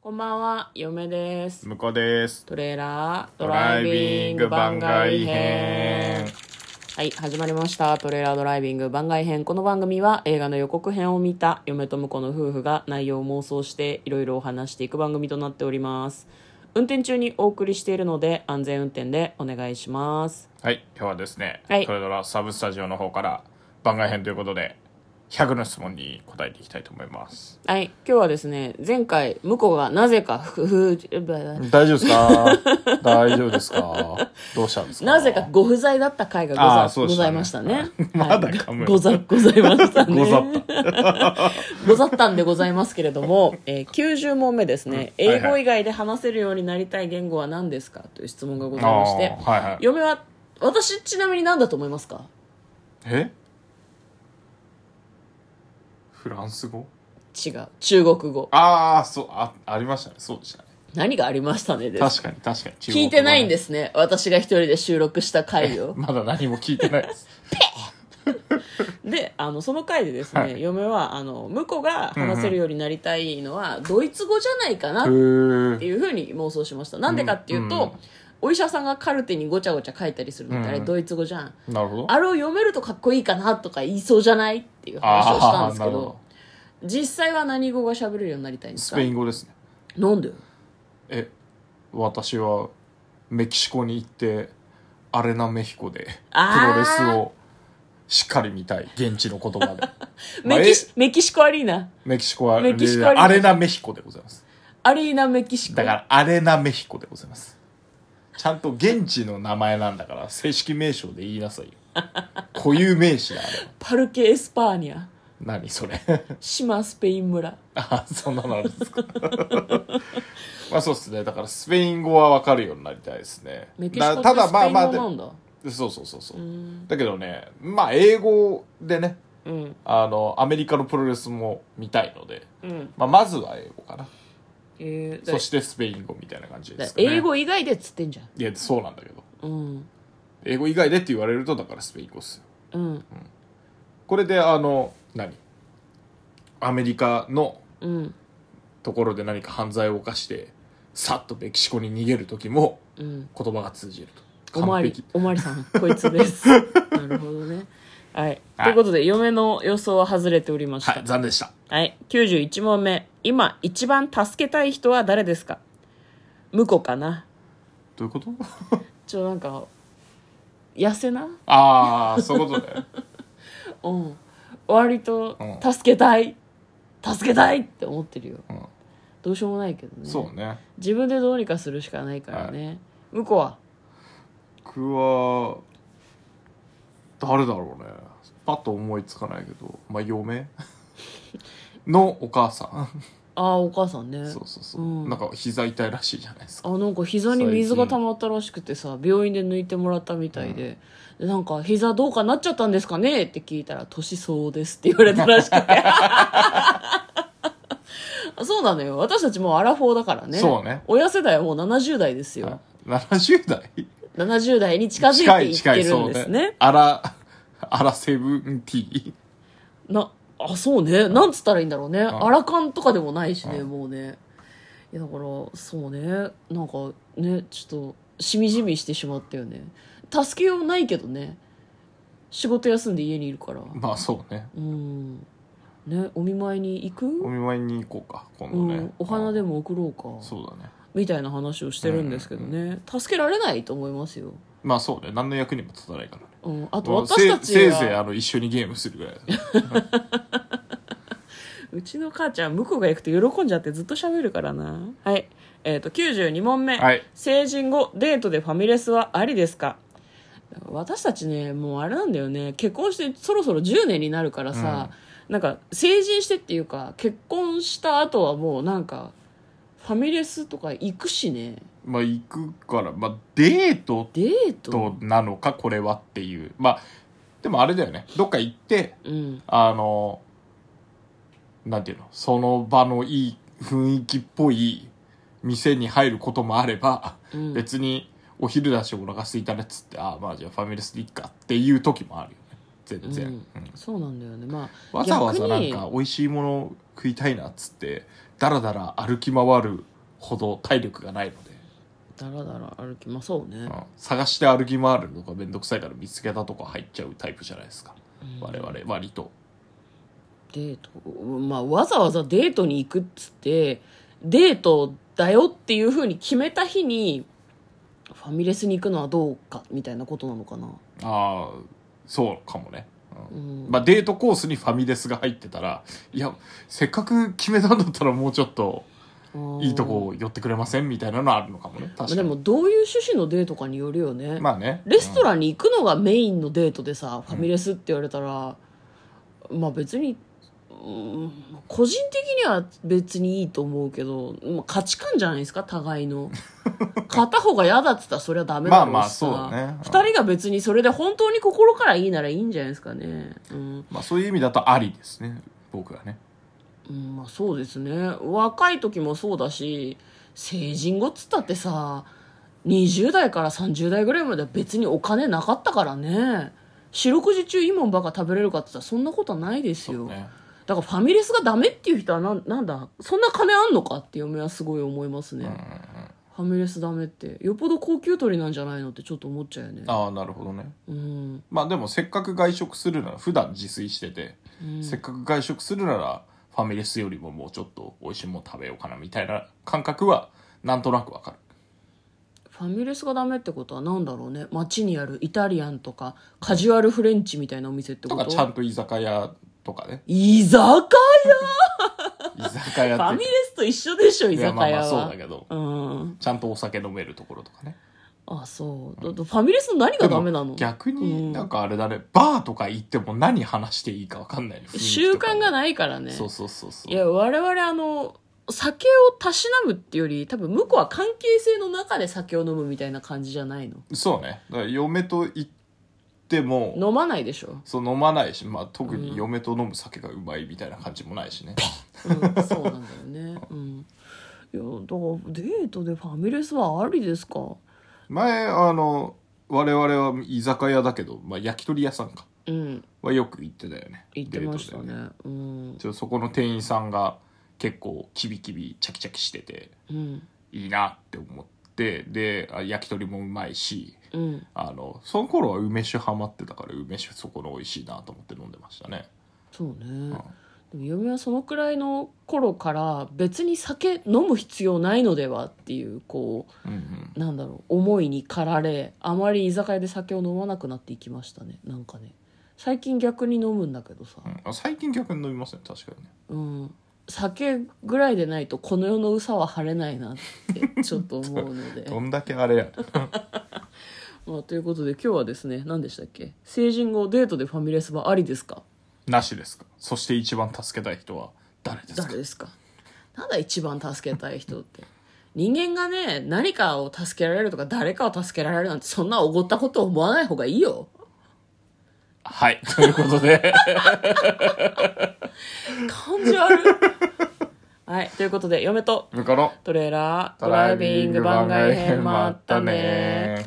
こんばんは、嫁です。向こうです。トレーラードドラライイビビンンググ番番外外編編。はい、始まりました。トレーラードライビング番外編。この番組は映画の予告編を見た嫁と婿の夫婦が内容を妄想していろいろお話していく番組となっております。運転中にお送りしているので安全運転でお願いします。はい、今日はですね、はいトレドラサブスタジオの方から番外編ということで、100の質問に答えていきたいと思います。はい、今日はですね、前回、婿がなぜか、ふふ、大丈夫ですか大丈夫ですかどうしたんですなぜかご不在だった回がござ,、あーそうごでしたざね。いましたねまだ噛むはいござ、ございましたね。ござっござったんでございますけれども、 えー90問目ですね、うんは英いはい語以外で話せるようになりたい言語は何ですかという質問がございあまあして、ー、はいはい。嫁は、私ちなみに何だと思いますかえフランス語違う。中国語。ああ、そう、あ、ありましたね。そうでしたね。何がありましたねです。確かに確かに。。聞いてないんですすね。私が一人で収録した回を。まだ何も聞いてないです。であのその回でですね、はい嫁はあの向こうが話せるようになりたいのは、ドイツ語じゃないかなへってーいうふうに妄想しましたなんでかっていうと、うんお医者さんがカルテにごちゃごちゃ書いたりするのってあれうんドイツ語じゃん、なるほど。 あれを読めるとかっこいいかなとか言いそうじゃないっていう話をしたんですけあーなるほどど実際は何語が喋れるようになりたいんですスかペイン語ですね。なんでえ私はメキシコに行ってアレナメヒコでプあーロレスをしっかり見たい現地の言葉 でメキシメキシコアリーナメキシコはメキシコアリーナアレナメヒコでございますアリーナメキシコだからアレナメヒコでございますちゃんと現地の名前なんだから正式名称で言いなさいよ固有名詞だあれはパルケ・エスパーニャ何それ 島スペイン村あそんなのあるんです かまあそうですねだからスペイン語は分かるようになりたいですねメキシコってだスペイたン語だまあまあでなんだ、そうそうそうそう、んだけどねまあ英語でねうんあのアメリカのプロレスも見たいので、うんまあ、まずは英語かなえー、だそしてスペイン語みたいな感じでだすか、ね、英語以外でっつってんじゃいやそうなんだけどんうん英語以外でって言われるとだからスペイン語っすうよんこれであの何アメリカのうんところで何か犯罪を犯してさっとメキシコに逃げる時もうん言葉が通じるとおまわり、おまわり さん、こいつです。なるほどね。はい。はいということで、嫁の予想は外れておりました。はいはい。残念でした91問目。今、一番助けたい人は誰ですか婿かな。どういうことちょ、なんか、痩せなああそういうことだようん。割とう、ん助けたい、助けたいって思ってるよ。うんどうしようもないけどね。 そうね自分でどうにかするしかないからね。婿は僕は誰だろうねパッと思いつかないけどまあ嫁 のお母さんああ、お母さんね。そうそうそう、うんなんか膝痛いらしいじゃないですかあなんか膝に水が溜まったらしくてさ病院で抜いてもらったみたいで,、でなんか膝どうかなっちゃったんですかねって聞いたら年相応ですって言わ れたらしくてそうなのよ私たちもうアラフォーだからねそうね親世代はもう70代ですよ、あ70代70代に近づ近いていいって近いるんそうですねねあらあらセブンティーなあそうねなんつったらいいんだろうねんアラカンとかでもないしねうんもうねいやだからそうねなんかねちょっとしみじみしてしまったよね助けようないけどね仕事休んで家にいるからまあそうねうんねお見舞いに行くお見舞いに行こうか今う度ね、ん、お花でも送ろうあかそうだねみたいな話をしてるんですけどね、助けられないと思いますよ、まあそうね何の役にも立たないからねうん、あともうせ私たせちいぜいはあの一緒にゲームするぐらいだねうちの母ちゃん向こうが行くと喜んじゃってずっと喋るからなはいえっ、と92問目、はい成人後デートでファミレスはありですか私たちねもうあれなんだよね結婚してそろそろ10年になるからさ、なんか成人してっていうか結婚した後はもうなんかファミレスとか行くしねまあ行くからまあデートデーデートトなのかこれはっていうまあでもあれだよねどっか行ってうんあのなんていうのその場のいい雰囲気っぽい店に入ることもあれば、うん別にお昼だしお腹空いたねっつってああまあじゃあファミレスでいっかっていう時もあるよね全然、うんそうなんだよねまあわざわざ逆なんにか美味しいもの食いたいなっつってだらだら歩き回るほど体力がないので、だらだら歩きまあそうね、うん探して歩き回るのがめんどくさいから見つけたとこ入っちゃうタイプじゃないですかうん我々割とデートまあわざわざデートに行くっつってデートだよっていうふうに決めた日にファミレスに行くのはどうかみたいなことなのかなああそうかもね、うんうんまあ、デートコースにファミレスが入ってたらいやせっかく決めたんだったらもうちょっといいとこ寄ってくれませんみたいなのあるのかもねまあ確かでにもどういう趣旨のデートかによるよね、まあねレストン、ランに行くのがメインのデートでさ、ファミレスって言われたらまあ別に、うん、個人的には別にいいと思うけど、まあ、価値観じゃないですか互い の片方が嫌だって言ったらそれはダメだろうしさまあまあそうだねうん2人が別にそれで本当に心からいいならいいんじゃないですかねうん、まあ、そういう意味だとありですね僕はねうんまあ、そうですね若い時もそうだし成人後っつったってさ20代から30代ぐらいまでは別にお金なかったからね四六時中いいもんばっか食べれるかって言ったらそんなことはないですそうよ、ねだからファミレスがダメっていう人はなんなんだそんな金あんのかって嫁はすごい思いますね、うんうんうんファミレスダメってよっぽど高級取りなんじゃないのってちょっと思っちゃうよねああなるほどねうんまあでもせっかく外食するなら普段自炊してて、うんせっかく外食するならファミレスよりももうちょっと美味しいもの食べようかなみたいな感覚はなんとなくわかるファミレスがダメってことはなんだろうね街にあるイタリアンとかカジュアルフレンチみたいなお店ってとこかとちゃんと居酒屋とかね居酒屋居酒屋ファっミてレスと一緒でしょ居い酒屋やはまあまあそうだけどうんちゃんとお酒飲めるところとかねあそうだだファミレスの何がダメなでもの逆になんかあれだね、バーとか行っても何話していいかわかんないね習慣がい、ないからねそうそうそうそういや我々あの酒をたしなむっていうより多分向こうは関係性の中で酒を飲むみたいな感じじゃないのそうねだから嫁と行っても飲まないでしょ、そう飲まないし、まあ、特うんに嫁と飲む酒がうまいみたいな感じもないしね、 うん、そうなんだよねうんいやだからデートでファミレスはありですか前あの我々は居酒屋だけど、まあ、焼き鳥屋さんかうんはよく行ってたよね行ってましたデートねでうんちょそこの店員さんが結構キビキビチャキチャキしててうんいいなって思ってであ焼き鳥もうまいしうんあのその頃は梅酒ハマってたから梅酒そこの美味しいなと思って飲んでましたね、そうね、うんでも嫁はそのくらいの頃から別に酒飲む必要ないのではっていうこうんうんうなんだろう思いに駆られあまり居酒屋で酒を飲まなくなっていきましたねなんかね最近逆に飲むんだけどさ、うんあ最近逆に飲みますね確かにねうん、酒ぐらいでないとこの世のうさは晴れないな ってちょっと思うのでど、んだけあれやまあ、ということで今日はですね何でしたっけ成人後デートでファミレスはありですかなしですかそして一番助けたい人は誰ですか誰ですかなんだ一番助けたい人って人間がね何かを助けられるとか誰かを助けられるなんてそんなおごったこと思わない方がいいよはい。ということ で、感じ悪い はいということで嫁と向こうのトレーラードライビング番外編もあったね